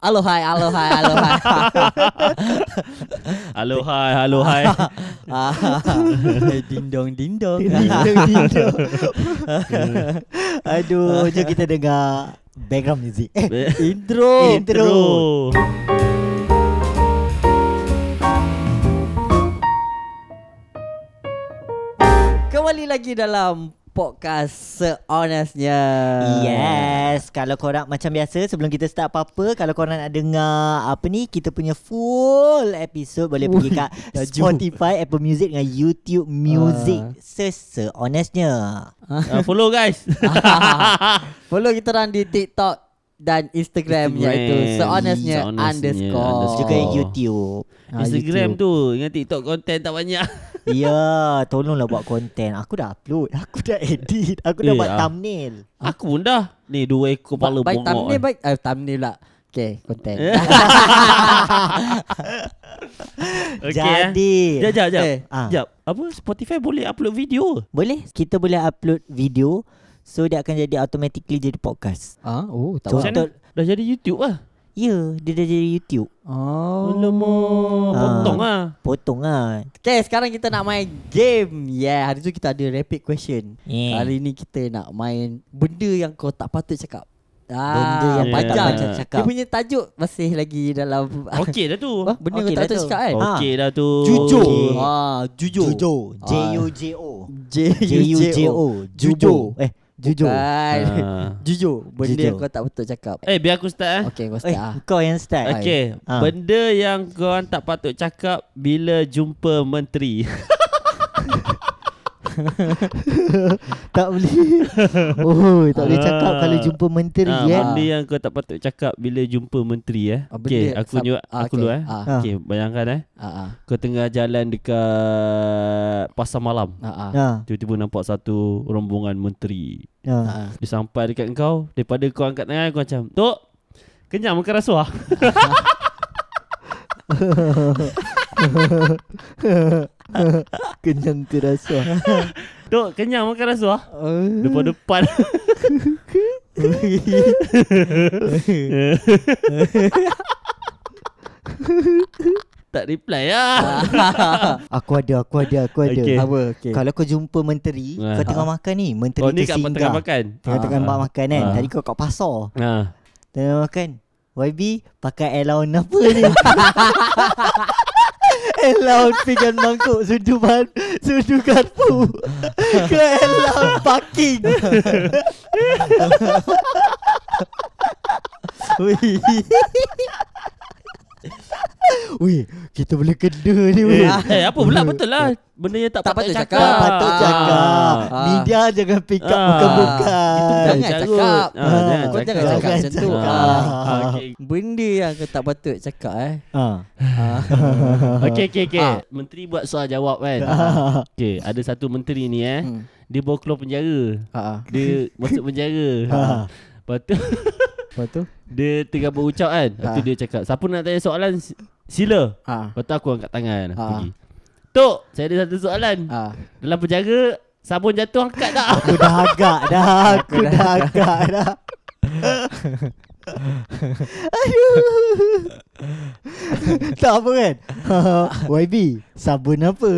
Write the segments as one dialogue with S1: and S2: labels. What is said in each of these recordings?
S1: Alohai, alohai, alohai.
S2: Halo hai, halo hai.
S1: Ah, ding dong, ding dong.
S3: Tidur-tidur.
S2: Ah.
S3: Aduh, jom kita dengar background music. Eh,
S1: Intro.
S3: Intro.
S1: Kembali lagi dalam podcast Sehonestnya.
S2: Ah.
S3: Yes, kalau korang macam biasa sebelum kita start apa-apa, kalau korang nak dengar apa ni kita punya full episode boleh pergi kat
S1: laju.
S3: Spotify, Apple Music dengan YouTube Music.
S1: Ah.
S3: Sesa honestnya.
S2: Uh, follow guys.
S1: Follow kita orang di TikTok dan Instagram,
S2: Instagram.
S1: iaitu Sehonestnya
S2: Sehonestnya
S1: underscore.
S2: underscore.
S3: Juga
S2: Oh.
S3: YouTube.
S1: Ah,
S2: Instagram tu dengan TikTok konten tak banyak.
S3: Ya, tolonglah buat konten. Aku dah upload, aku dah edit, aku dah
S2: Eh,
S3: buat
S2: ah.
S3: thumbnail.
S2: Aku pun dah. Ni dua ekor kepala
S1: baik
S2: bongok.
S1: thumbnail
S2: ni.
S1: baik eh, thumbnail lah. Okay, konten.
S2: Okey,
S3: Jadi,
S2: Eh. Jap, jap, jap.
S1: Eh,
S3: ah.
S2: Jap. Apa Spotify boleh upload video?
S3: boleh kita boleh upload video so dia akan jadi automatically jadi podcast.
S1: ah, oh, tak
S3: Macam
S1: apa.
S3: mana? Betul.
S2: Dah jadi YouTube lah.
S3: Ya, dia dah jadi YouTube.
S1: Oh.
S2: Alamak. Potong lah.
S3: Potong lah.
S1: Okay, sekarang kita nak main game. Yeah, hari tu kita ada rapid question.
S2: Eh.
S3: Yeah.
S1: Kali ni kita nak main benda yang kau tak patut cakap. Ah,
S2: Yeah.
S3: Benda yang yeah. tak
S2: panjang.
S3: macam
S1: Dia
S3: cakap.
S1: punya tajuk masih lagi dalam
S2: Oh, Okey Oh, dah tu.
S1: Apa? Benda
S3: Okey
S1: okay, kau tak
S3: dah
S1: patut
S3: tu.
S1: cakap kan?
S3: Ah.
S2: Okey dah tu.
S1: Jujur.
S3: Okey.
S1: Ah, jujur.
S3: Jojo.
S1: Ah.
S3: J-U-J-O.
S1: J-U-J-O.
S3: J-U-J-O. Jubo. Eh, Jujo.
S1: Bukan.
S2: Ah.
S1: Jujur. Benda
S3: Jujur.
S1: yang kau tak patut cakap.
S2: Eh biar aku start eh.
S1: Okay, kau
S3: Eh,
S1: start ah.
S3: kau yang start.
S2: Okey,
S3: Ah.
S2: benda yang kau tak patut cakap bila jumpa menteri.
S3: Tak boleh. Oh, tak boleh cakap
S2: Ah.
S3: kalau jumpa menteri
S2: Ah,
S1: ya.
S3: kan.
S2: Benda yang kau tak patut cakap bila jumpa menteri eh.
S1: Ah, benda
S2: Okey,
S1: yang
S2: aku
S1: sab-
S2: nyuat
S1: ah,
S2: aku
S1: okey.
S2: dulu eh.
S1: Ah.
S2: Okey, bayangkan eh.
S1: Ah, ah.
S2: Kau tengah jalan dekat pasar malam.
S1: Ah, ah.
S3: Ha.
S2: Tiba-tiba nampak satu rombongan menteri.
S3: Ha.
S1: Ah,
S2: Dia sampai dekat kau, daripada kau angkat tangan kau macam, "Tok, kenyang makan ah?" rasuah."
S3: Kenyang ke rasa.
S2: Tok, kenyang makan ah?" rasuah.
S1: Eh.
S2: Depan depan. tak reply lah.
S3: Aku ada, aku ada, aku ada.
S2: Okey.
S1: Apa? Okay.
S3: Kalau kau jumpa menteri,
S2: Ah.
S3: kau tengah makan ni, menteri
S2: Oh, ni kat
S3: tersinggah.
S2: tengah makan.
S3: Tengah-tengah
S2: Ah.
S3: mak makan kan.
S2: Ah.
S3: Tadi kau kat pasar.
S2: Ha.
S3: Tengah makan. YB kan? pakai allowance apa ni? allowance pinggan mangkuk sudu ban sudu garpu. Ke allowance parking. Wih. Wih, kita boleh kena ni weh.
S2: Eh, eh, apa pula betul lah. Benda yang tak,
S1: Tak
S2: patut
S1: patut
S2: cakap.
S3: Tak patut
S1: Ah.
S3: cakap.
S1: Ah.
S3: Media jangan pick up
S2: Ah.
S3: bukan-bukan.
S1: Jangan
S2: Carut.
S1: cakap.
S2: Ah, jangan
S1: Kau jangan
S2: cakap.
S1: cakap macam tu.
S2: Ah,
S1: Ah.
S2: ah, okey.
S1: Benda yang kau tak patut cakap eh.
S3: Ah.
S1: Ah.
S2: Okey okey okey.
S1: Ah.
S2: Menteri buat soal jawab kan. Okey, ada satu menteri ni eh.
S1: Hmm.
S2: Dia baru keluar penjara.
S1: Ah.
S2: Dia masuk penjara.
S3: Ah.
S2: Lepas tu
S1: Lepas tu?
S2: dia tengah berucap kan. Lepas tu
S1: Ah.
S2: dia cakap, "Siapa nak tanya soalan si- sila."
S1: Ah.
S2: Lepas tu aku angkat tangan aku
S1: Ah.
S2: pergi. Tok, saya ada satu soalan.
S1: Ah.
S2: Dalam penjara sabun jatuh angkat tak?
S3: Aku dah agak dah Aku dah agak dah Aduh Tak apa kan YB Sabun apa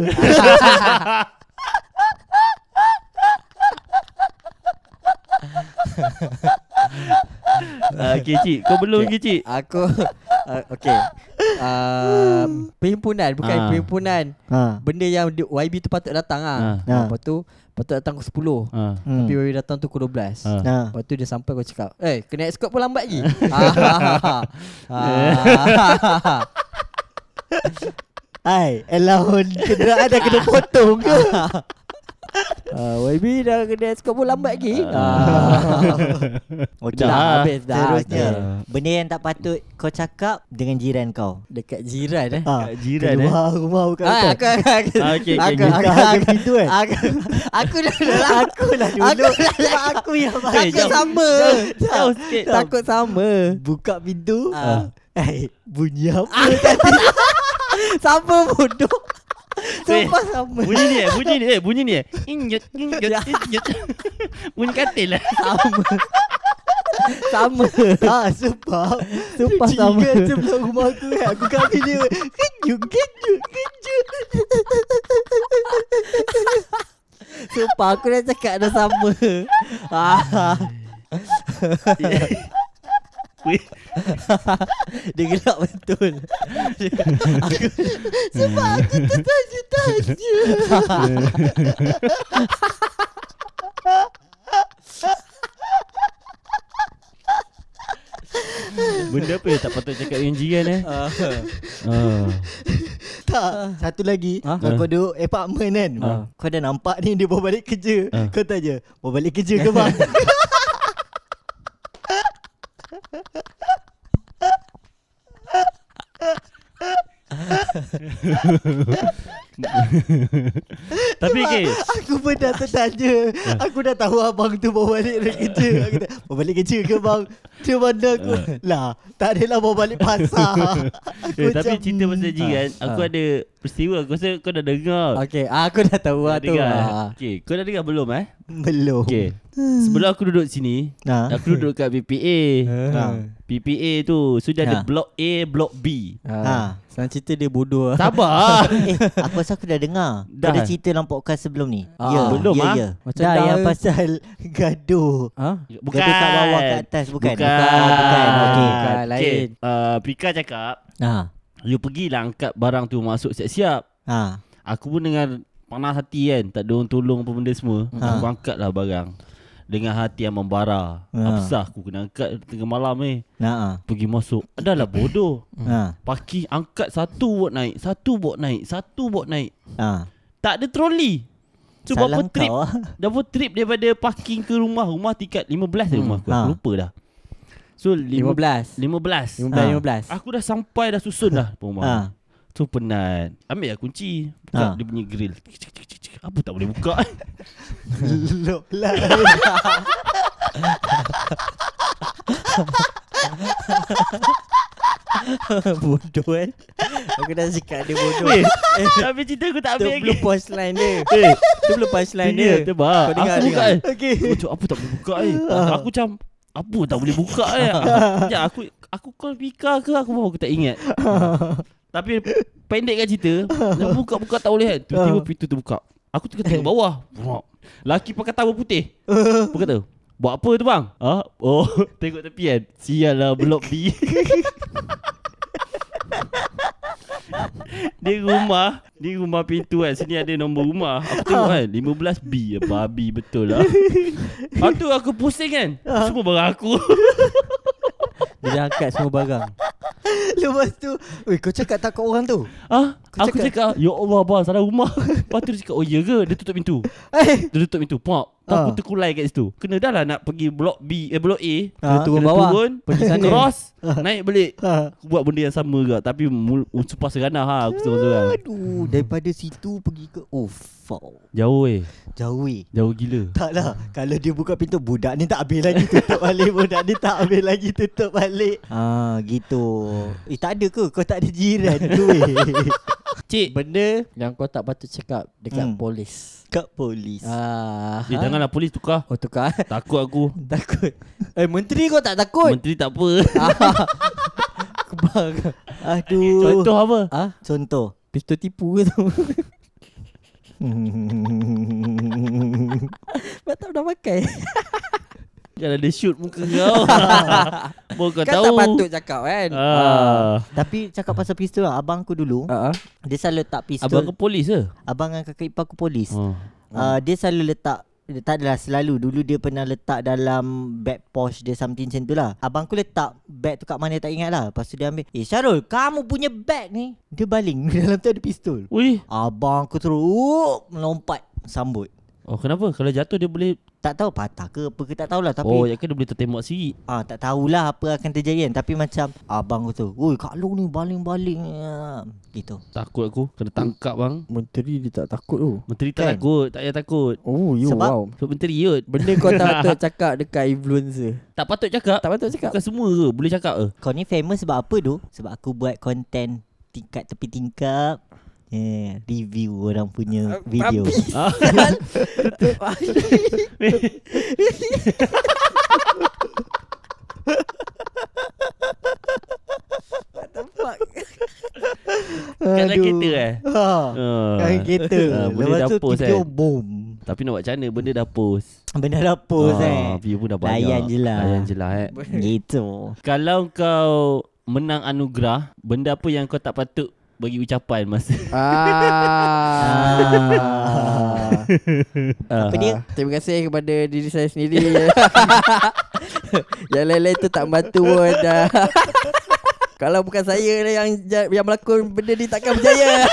S2: Ah, Okey cik, kau belum ke cik?
S1: Aku uh, Okay uh, Perhimpunan Bukan
S2: Ah.
S1: perhimpunan
S3: ha.
S1: Benda yang di- YB tu patut datang lah
S2: Ah.
S1: Ah,
S3: Ah.
S1: Lepas tu Patut datang pukul 10
S2: Ha.
S3: hmm.
S1: Tapi YB datang tu pukul 12
S2: Ah.
S3: ha.
S1: Lepas tu dia sampai kau cakap Eh kena escort pun lambat lagi Ah. Ah.
S3: Hai Allowance kenderaan dah kena potong ke
S1: Ah, YB dah kena escort pun lambat lagi
S2: Ah.
S1: Ah.
S3: Okey
S1: Dah
S2: Dah.
S1: habis dah Ya.
S3: Seterusnya
S2: dah.
S3: Benda yang tak patut Kau cakap Dengan jiran kau
S1: Dekat jiran eh
S3: ha.
S2: Kat jiran, eh.
S3: Keluar rumah bukan
S1: Ah, aku, aku, aku,
S2: Ah, okey, okey,
S1: aku,
S2: okey.
S1: aku,
S3: Buka
S1: aku,
S3: je pintu eh
S1: aku, aku dulu lah.
S3: Aku lah dulu
S1: Aku lah
S3: Sebab Aku yang
S1: Takut
S2: jauh.
S1: sama
S2: Jauh sikit.
S1: Takut sama
S3: Buka pintu
S1: Ah.
S3: Eh bunyi apa
S1: Sama bodoh Sumpah
S2: Weh,
S1: sama
S2: Bunyi ni eh, bunyi ni eh, bunyi ni eh. Injut, injut, injut. Bunyi katil lah.
S1: Sama Sama
S3: Ah sebab
S1: Sumpah
S3: Jika
S1: sama.
S3: sebelum rumah aku kan Aku kaki dia Kejut kejut kejut
S1: Sumpah aku dah cakap dah sama ah,
S2: Weh,
S1: Dia gelak betul
S3: Sebab aku tertanya-tanya
S2: Benda apa yang tak patut cakap dengan jiran eh
S1: Ah.
S2: ah.
S3: Tak Satu lagi
S1: Ah.
S3: Kalau kau duduk apartment kan
S2: Ah.
S3: Kau dah nampak ni Dia baru balik kerja
S2: Ah.
S3: Kau tanya Baru balik kerja ke bang
S2: Tapi
S3: Sebab
S2: kes
S3: Aku pun dah tertanya
S1: Ah.
S3: Aku dah tahu abang tu baru balik dari kerja Aku kata Baru balik kerja ke bang Dia mana aku
S1: Ah.
S3: Lah Tak adalah baru balik pasar Aku
S2: eh, Tapi
S3: macam,
S2: cerita pasal jiran
S1: ah,
S2: Aku
S1: ah.
S2: ada peristiwa Aku rasa kau dah dengar
S1: Okay ah, Aku dah tahu lah
S2: Kau dah
S1: tu
S2: dengar
S1: ah.
S2: okay. Kau dah dengar belum eh
S3: Belum
S2: Okay Sebelum aku duduk sini
S3: Hmm.
S1: Ha?
S3: Ah.
S2: Aku duduk kat PPA Ha.
S3: Ah.
S2: PPA tu So dia ada
S1: Ah.
S2: blok A Blok B
S3: Ha.
S1: ah. Senang cerita dia bodoh lah
S2: Sabar
S3: Eh aku rasa aku dah dengar
S2: Dah
S3: Kau dah
S2: eh?
S3: cerita dalam podcast sebelum ni
S1: Ah.
S3: Ya
S2: Belum,
S3: ya,
S2: ah?
S3: ya.
S1: Macam
S3: Dah
S1: dah
S3: yang
S1: eh.
S3: pasal gaduh
S1: ah?
S2: Bukan
S3: Gaduh kat bawah kat atas bukan
S2: Bukan
S3: Ah, Bukan Okay
S1: Bukan.
S2: Okay.
S1: lain.
S2: uh, Pika cakap
S3: Ha
S2: You pergilah angkat barang tu Masuk siap-siap
S3: Ha
S2: Aku pun dengan panas hati kan Tak ada orang tolong apa benda semua
S3: Ha.
S2: Aku angkat lah barang Dengan hati yang membara
S3: Ha.
S2: Apa sah aku kena angkat tengah malam ni eh.
S3: Nah
S2: Pergi masuk Adalah bodoh
S3: Ha
S2: Paki angkat satu bot naik Satu bot naik Satu bot naik
S3: Ha
S2: Tak ada troli So
S3: Salah
S2: berapa
S3: kau,
S2: trip
S3: ah.
S2: Berapa trip daripada parking ke rumah Rumah tiket 15 hmm. rumah aku
S3: Ha.
S2: Aku lupa dah So 15
S1: 15
S2: 15
S3: Ah.
S1: 15 15
S2: Aku dah sampai dah susun dah rumah.
S3: Ha.
S2: Ha. So penat. Ambil lah kunci. Buka ha.
S3: Ha.
S2: dia punya grill. Cik, cik, cik, cik, cik. Apa tak boleh buka.
S3: Belum lah
S1: Bodoh eh Aku dah cakap dia bodoh
S2: Weh, Tapi cerita aku tak
S1: Tu
S2: ambil lagi.
S1: belum punchline dia
S2: Eh,
S1: Tu belum punchline dia
S2: dia tebak.
S1: Kau dengar,
S2: aku buka.
S1: dengar.
S2: eh.
S3: Okay
S2: Aku cakap apa tak boleh buka eh. Aku macam apa tak boleh buka eh. Ya aku aku call Pika ke aku pun aku tak ingat. Tapi pendek kan cerita, nak buka-buka tak boleh kan. Tiba-tiba pintu terbuka. Aku tengok tengok bawah. Wah. Laki pakai tawar putih. Apa kata? Buat apa tu bang? Ha? Oh, tengok tepi kan. Sial lah blok B. Di rumah Di rumah pintu kan Sini ada nombor rumah Aku tengok kan 15B ya, Babi betul lah Lepas tu aku pusing kan Semua barang aku
S1: Dia dah angkat semua barang
S3: Lepas tu Weh kau cakap tak kat orang tu
S2: ah,
S3: Kau
S2: Aku cakap Ya Allah abang Salah rumah Lepas tu dia cakap Oh ya ke Dia tutup pintu
S3: Eh
S2: Dia tutup pintu Pop Tu aku
S3: Ah.
S2: terkulai kat situ Kena dah lah nak pergi blok B Eh blok A
S1: Kena
S3: Ah,
S1: turun
S2: Kena
S1: bawah
S2: turun
S1: Pergi sana
S2: Cross Naik balik
S3: Ha
S2: Aku buat benda yang sama juga Tapi mul- Sumpah seganah ha, Aku seorang-seorang
S3: Aduh Daripada situ pergi ke Oh fuck
S2: Jauh eh
S3: Jauh weh
S2: Jauh gila
S3: Tak lah Kalau dia buka pintu Budak ni tak habis lagi tutup balik Budak ni tak habis lagi tutup balik Ah gitu Eh tak ada ke Kau tak ada jiran tu weh
S2: Cik
S1: Benda yang kau tak patut cakap Dekat
S3: Hmm.
S1: polis
S3: Kat polis
S1: Ah,
S2: Eh janganlah polis tukar
S1: Oh tukar
S2: Takut aku
S1: Takut Eh menteri kau tak takut
S2: Menteri tak apa
S1: Ah, Kebang
S3: Aduh
S2: Contoh apa?
S1: Ah,
S3: Contoh
S1: Pistol tipu ke tu Sebab tak pernah pakai
S2: Jangan ada shoot muka kau Baru Ah, kau
S1: Kan
S2: tahu
S1: tak patut cakap kan
S2: ah.
S3: Tapi cakap pasal pistol lah Abang aku dulu
S1: Ah, ah.
S3: Dia selalu letak pistol
S2: Abang
S3: Abang,
S2: kau polis ke?
S3: abang dengan kakak ipar aku polis
S2: Oh.
S3: Uh, dia selalu letak dia tak adalah selalu Dulu dia pernah letak dalam Bag posh dia Something macam tu lah Abang aku letak Bag tu kat mana tak ingat lah Lepas tu dia ambil Eh Syarul Kamu punya bag ni Dia baling Dalam tu ada pistol
S2: Ui
S3: Abang aku teruk Melompat Sambut
S2: Oh kenapa? Kalau jatuh dia boleh
S3: Tak tahu patah ke apa ke Tak tahulah Tapi
S2: Oh ya ke dia boleh tertembak sendiri
S3: Ah tak tahulah apa akan terjadi kan Tapi macam Abang aku tu Oi Kak Long ni baling-baling ah." Gitu
S2: Takut aku Kena tangkap bang
S1: Menteri dia tak takut tu
S2: Menteri tak
S3: Kan?
S2: takut Tak payah takut
S1: Oh you
S3: Sebab-
S1: wow
S2: So menteri yut
S1: Benda kau tak patut cakap dekat influencer
S2: Tak patut cakap
S1: Tak patut cakap
S2: Bukan semua ke? Boleh cakap eh? ke?
S3: Kau ni famous sebab apa tu? Sebab aku buat konten tingkat tepi tingkap. Yeah, review orang punya video.
S2: Ah.
S1: Tutup
S3: fuck
S2: Kat dalam kereta eh
S3: ha.
S2: Ah.
S3: Dalam kereta
S2: Ah, benda
S3: Lepas tu
S2: dapur,
S3: tidur
S2: Zain.
S3: boom
S2: Tapi nak buat macam mana Benda dah post
S3: Benda dapur
S2: Ah,
S3: eh
S2: View pun dah banyak
S3: Layan je lah.
S2: Layan je lah eh
S3: Gitu
S2: Kalau kau Menang anugerah Benda apa yang kau tak patut Bagi ucapan masa
S1: Ah.
S3: Apa
S1: Ah,
S3: dia?
S1: Terima kasih kepada diri saya sendiri Yang lain-lain tu tak membantu pun dah. Kalau bukan saya lah yang ja- yang melakukan benda ni takkan berjaya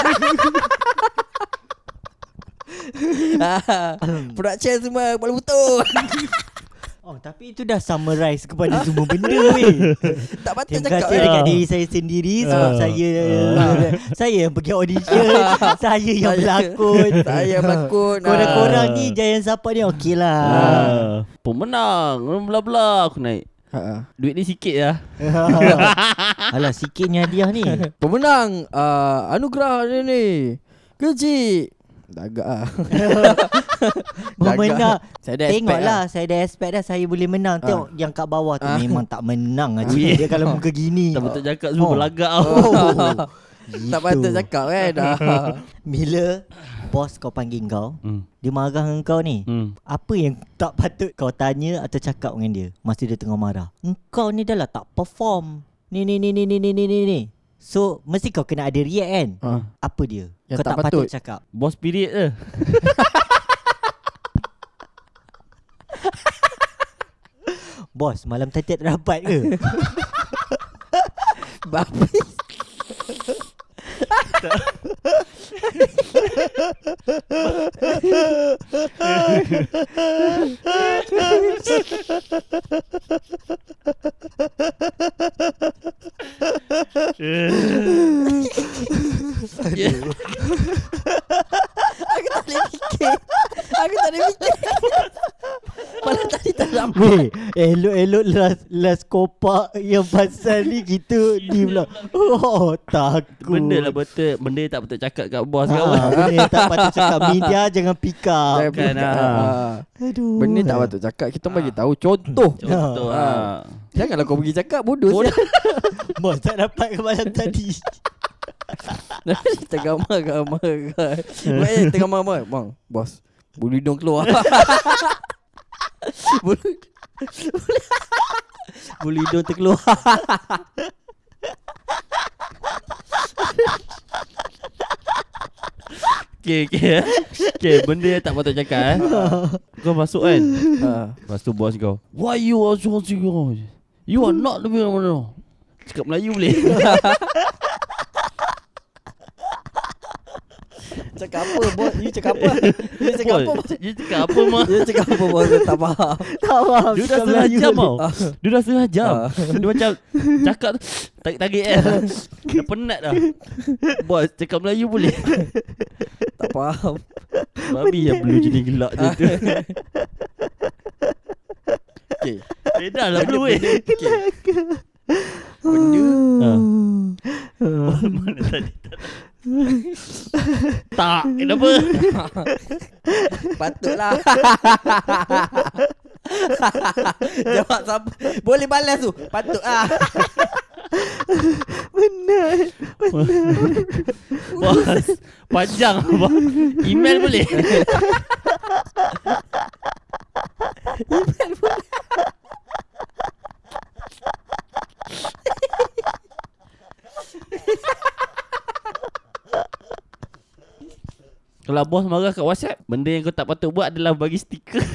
S1: Ah, Production semua kepala butuh
S3: Oh tapi itu dah summarize kepada semua benda weh
S1: Tak patut
S3: Terima
S1: cakap
S3: kasih
S1: eh.
S3: dekat diri saya sendiri Sebab
S2: Ah.
S3: saya
S1: Ah.
S3: Saya yang pergi audition Saya yang
S1: Saya-
S3: berlakon
S1: Saya yang berlakon ah.
S3: Korang-korang ni Jayan Sapa ni okey lah
S2: ah. Pemenang Bla bla Aku naik
S1: Ah.
S2: Duit ni sikit lah
S3: Alah sikitnya hadiah ni
S1: Pemenang uh, Anugerah ni ni Kecil Dagak lah
S3: Memenang
S1: Saya dah expect lah. Ah.
S3: Tengoklah lah, Saya dah expect dah Saya boleh menang Tengok yang kat bawah tu Memang tak menang lah cik. Dia kalau muka gini
S2: Tak betul cakap Semua
S3: Oh.
S2: berlagak
S3: Oh,
S1: Tak
S3: gitu.
S1: patut cakap kan Ah.
S3: Bila Bos kau panggil kau
S2: Hmm.
S3: Dia marah dengan kau ni
S2: Hmm.
S3: Apa yang tak patut kau tanya atau cakap dengan dia Masa dia tengah marah Engkau ni dah lah tak perform Ni ni ni ni ni ni ni ni ni So mesti kau kena ada react kan
S1: Ah.
S3: Apa dia
S1: Yang
S3: Kau
S1: tak
S3: tak, patut.
S1: patut.
S3: cakap
S2: Bos period ke
S3: Bos malam tadi tak ada rapat ke
S1: Babis Aku tak boleh fikir Aku tak boleh fikir Malah tadi tak dapat
S3: Weh Elok-elok last, last kopak Yang pasal ni kita Dia pula Oh takut
S2: Benda lah betul Benda tak betul cakap kat bos kau
S3: Ah, benda yang tak patut cakap Media jangan pick up
S1: Bukan
S2: ah.
S1: ah.
S3: Aduh
S1: Benda tak patut cakap Kita bagi tahu contoh
S2: Contoh
S1: Ah.
S2: ah.
S1: Janganlah kau pergi cakap bodoh
S2: Bodoh.
S1: sial.
S3: Bos tak dapat ke malam tadi
S1: Nanti tengah marah-marah Eh tengah marah Bang Bos Bulu hidung keluar Bulu Bulu hidung terkeluar
S2: Okay, okay. okay, benda yang tak patut cakap eh. Kau masuk kan?
S1: Ah.
S2: Lepas tu bos kau, Why you are so serious? You are not the real one. Cakap Melayu boleh?
S1: Cakap apa bos You cakap apa You cakap apa
S2: Bos, Dia cakap apa ma?
S1: You cakap apa bos Saya tak faham Ah,
S3: Tak
S2: Dia dah
S3: faham cakap
S2: setengah
S3: Melayu
S2: jam
S3: ni.
S2: tau Dia dah setengah jam Dia macam Cakap tu Tarik-tarik eh Dah penat dah Bos cakap Melayu boleh
S1: Tak faham
S2: Babi yang belum jadi gelak je tu
S1: Okay
S2: Beda lah belum eh
S1: okay. Benda
S2: Ah.
S3: Ha.
S2: Mana tadi tak Tak Kenapa
S1: Patutlah Jawab siapa Boleh balas tu Patut lah
S2: Bos Panjang bos. Email boleh Kalau bos marah kat WhatsApp Benda yang kau tak patut buat adalah bagi stiker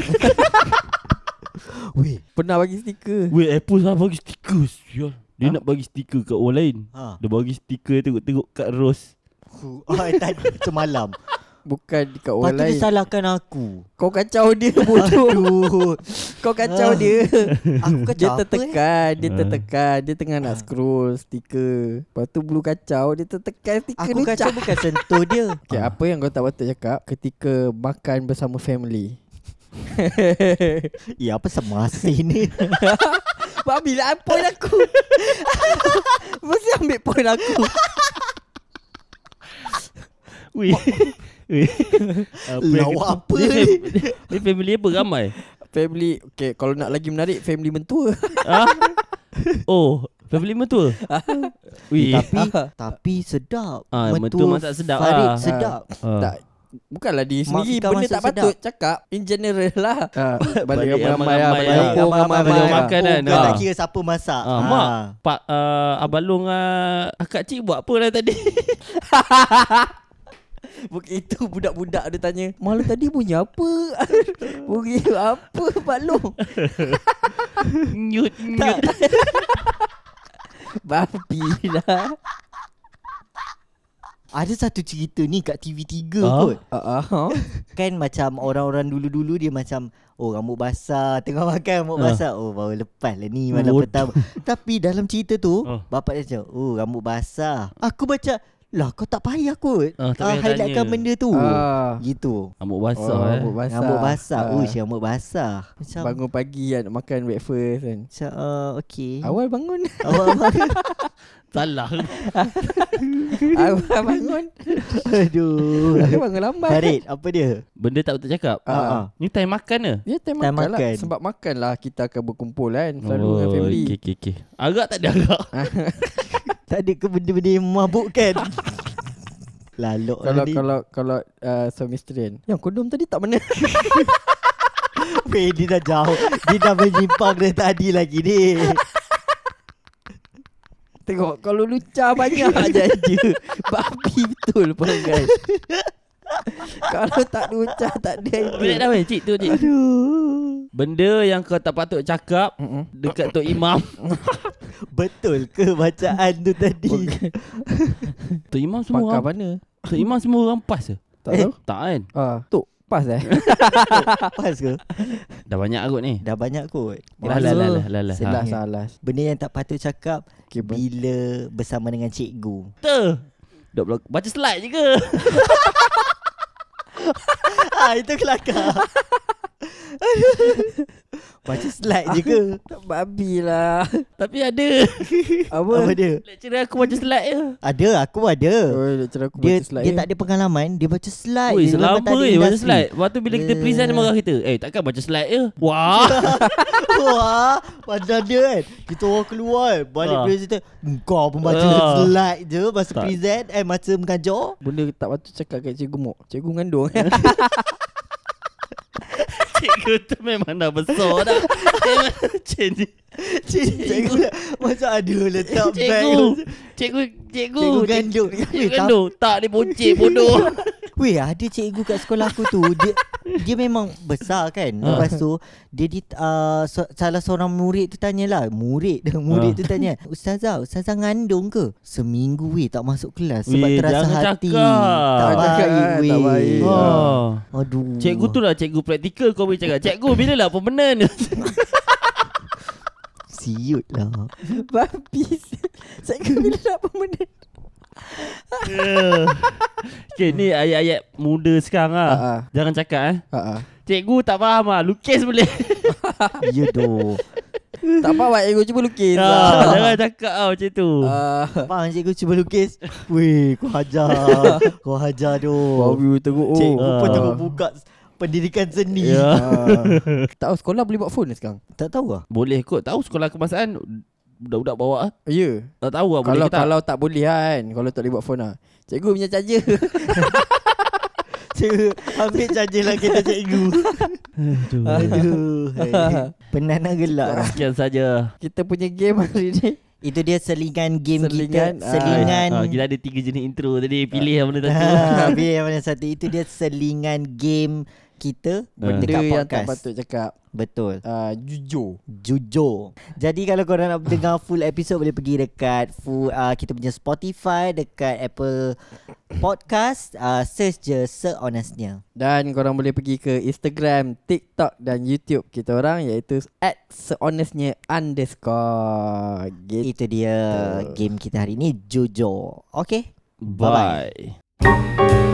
S3: Weh
S1: Pernah bagi stiker
S2: Weh Apple lah bagi stiker Sial Dia nak bagi stiker kat orang lain
S3: Ha.
S2: Dia bagi stiker tengok-tengok kat Rose
S3: Aku oh, tadi tu malam
S1: Bukan dekat
S3: Lepas
S1: orang
S3: tu
S1: lain
S3: dia salahkan aku
S1: Kau kacau dia bodoh
S3: Aduh
S1: Kau kacau dia
S3: Aku
S1: Dia
S3: kacau apa Ah. eh
S1: tertekan Dia
S2: Ah.
S1: tertekan Dia tengah nak scroll stiker Lepas tu blue kacau Dia tertekan stiker
S3: Aku
S1: dia
S3: kacau
S1: cap.
S3: bukan sentuh dia Ah.
S1: Okay, apa yang kau tak patut cakap Ketika makan bersama family
S3: Ya apa semasin ni
S1: Pak
S3: lah
S1: ambil point aku Mesti ambil point aku
S2: Weh Weh Apa yang-
S3: Lawak apa
S2: Dia
S3: ni?
S2: fam- dia- Dia family apa ramai
S1: Family Okay kalau nak lagi menarik Family mentua
S2: Ha? Oh Family mertua Wih
S3: Tapi Tapi sedap
S2: Ah, mertua masak sedap
S3: Farid
S2: lah.
S3: sedap
S2: Ah.
S4: Tak Bukanlah diri
S3: Mak
S4: sendiri
S3: kita
S4: Benda
S3: masuk
S4: tak patut Cakap In general lah
S1: Ah, balik
S2: Balik
S1: ramai-ramai lah,
S2: ramai-ramai
S1: balik
S2: lah.
S1: kampung ramai-ramai
S2: balik
S1: lah.
S2: makan kan,
S3: Kau
S2: ah.
S3: tak kira siapa masak
S2: Ah, mak, Pak uh, Abalong uh, Akak cik buat apa lah tadi
S4: Bukan itu budak-budak dia tanya Malu tadi bunyi apa? bunyi apa Pak Long?
S2: Nyut Nyut
S4: Babi lah
S3: Ada satu cerita ni kat TV3
S2: Ah.
S3: kot
S4: uh, uh,
S3: Kan macam orang-orang dulu-dulu dia macam Oh rambut basah Tengah makan rambut
S2: Ah.
S3: basah Oh baru lepas lah ni malam
S2: Bodoh.
S3: pertama Tapi dalam cerita tu
S2: Ah.
S3: Bapak dia macam Oh rambut basah Aku baca Lah kau tak payah kot
S2: Ah,
S3: uh,
S2: tak payah
S3: Highlightkan
S2: tanya.
S3: benda tu
S1: Ah.
S3: Gitu
S2: Amuk
S1: Oh,
S2: basah oh, eh
S1: Rambut basah.
S3: Rambut basah
S1: Ah.
S3: Oh si rambut basah Macam
S1: Bangun pagi kan nak makan breakfast kan.
S3: Macam uh, okay
S1: Awal bangun.
S3: Awak bangun
S2: Salah
S4: Awal bangun
S3: Aduh
S1: Dia bangun lambat.
S3: Farid apa dia
S2: Benda tak betul cakap
S1: Ah, ah.
S2: Ni time makan ke
S1: Dia time,
S3: Time
S1: makan, lah.
S3: makan.
S1: Sebab makan lah kita akan berkumpul kan. Selalu dengan family.
S2: Oh, okay, okay, okay. Agak tak ada agak
S3: Tak ada ke benda-benda yang memabukkan Lalok
S1: Kalau
S3: lah ni.
S1: kalau kalau uh, suami isteri kan. Yang kondom tadi tak mana.
S3: Weh dia dah jauh Dia dah menyimpang dari tadi lagi ni
S4: Tengok kalau lucah banyak jadi Babi betul pun guys Kalau tak lucah tak ada
S2: Boleh
S4: idea
S2: dah weh cik tu cik
S3: Aduh
S2: Benda yang kau tak patut cakap Dekat Tok Imam
S3: Betul ke bacaan tu tadi
S2: Tok Imam semua
S1: Pakar
S2: orang
S1: mana?
S2: Tok Imam semua orang pas ke
S1: Tak
S3: Eh.
S1: tahu.
S2: Tak kan
S1: Ah, tok pas eh.
S3: Pas ke
S2: Dah banyak kot ni
S3: Dah banyak kot
S2: Lah lah lah lah, lah lah
S1: Selas
S2: Ha.
S1: salas.
S3: Benda yang tak patut cakap
S1: Okay, ben-
S3: Bila bersama dengan cikgu
S2: Betul. Dok blok baca slide je ke?
S3: Ah Itu kelakar Baca slide je ke
S4: Babi lah
S2: Tapi ada.
S3: Apa dia
S2: Lecturer aku baca slide je.
S3: Ada aku ada
S1: Oh, lecturer aku
S3: dia,
S1: baca slide. eh.
S3: dia tak ada pengalaman Dia baca slide
S2: Oi,
S3: Dia memang
S2: selama
S3: tak ada
S2: je baca
S3: industri.
S2: slide. Lepas tu bila kita present sama orang kita, eh takkan baca slide je. Wah.
S3: Wah, padahal dia ah. kan Kita orang keluar Balik
S2: Ah.
S3: ha. presenter Kau pun baca
S2: Ah.
S3: slide je Masa
S2: Tak.
S3: present Eh masa mengajar
S1: Benda tak patut cakap kat cikgu mok. Cikgu mengandung.
S2: Cikgu tu memang dah besar dah. Memang macam ni.
S3: Cikgu, cikgu dah- Masa ada letak bag
S2: Cikgu. Cikgu, cikgu.
S3: Cikgu gandung
S2: Cikgu
S3: Weh, tak-
S2: gandung. Tak dia bocil bodoh.
S3: Weh ada cikgu kat sekolah aku tu Dia dia memang besar kan
S2: Ah.
S3: Lepas tu Dia di, uh, so, Salah seorang murid tu tanyalah Murid Murid
S2: Ah.
S3: tu tanya Ustazah Ustazah ngandung ke Seminggu weh tak masuk kelas Sebab
S2: Weh,
S3: terasa
S2: jangan
S3: hati
S2: cakap. eh,
S3: Tak
S1: Jangan
S3: baik
S1: cakap, tak
S3: weh
S1: baik.
S2: Oh.
S3: Aduh
S2: Cikgu tu lah cikgu praktikal kau boleh cakap. Cikgu bila lah permanent?
S3: Siut lah
S4: Babi Cikgu bila nak permanent
S2: okay, ni ayat-ayat muda sekarang lah.
S1: Ah, ah.
S2: Jangan cakap eh.
S1: Ha ah.
S2: Cikgu tak faham lah. Lukis boleh.
S3: Ya doh
S4: Tak apa awak cikgu cuba lukis
S2: Ah,
S4: lah
S2: jangan cakap lah macam tu.
S1: Ah,
S3: Abang cikgu cuba lukis Weh kau hajar Kau hajar
S1: wow,
S3: doh
S1: view teruk. Oh.
S3: Cikgu pun
S2: Ah.
S3: tengok buka Pendidikan seni
S2: Ya.
S1: Ah. tak tahu sekolah boleh buat phone sekarang.
S3: Tak tahu lah
S2: Boleh kot. Tahu sekolah kebangsaan budak-budak bawa ah.
S1: Ya. Yeah.
S2: Tak tahu lah boleh
S1: Kalau
S2: ke tak.
S1: kalau tak boleh kan. Kalau tak boleh buat phone ah. Cikgu punya charger.
S3: Cikgu Ambil charger lah kita cikgu
S2: Aduh.
S3: Aduh hai. Penat nak gelak lah.
S2: Sekian saja.
S1: Kita punya game hari ni.
S3: Itu dia selingan game
S1: Selingan,
S3: kita
S1: ah.
S3: Selingan
S2: Ah, kita ada tiga jenis intro tadi. Pilih yang mana satu.
S3: Ah, Pilih yang mana satu Itu dia selingan game kita
S1: Benda
S3: Dekat
S1: yang tak
S3: podcast
S1: patut cakap.
S3: Betul
S1: Ah, jujur.
S3: Jujur Jadi kalau korang nak dengar full episode Boleh pergi dekat full, uh, Kita punya Spotify Dekat Apple Podcast uh, Search je Se-honestnya
S1: Dan korang boleh pergi ke Instagram, TikTok dan YouTube kita orang iaitu at sehonestnya underscore. Gitu.
S3: Itu dia Game kita hari ni Jujur Okay
S2: Bye.
S3: Bye-bye.
S2: Bye.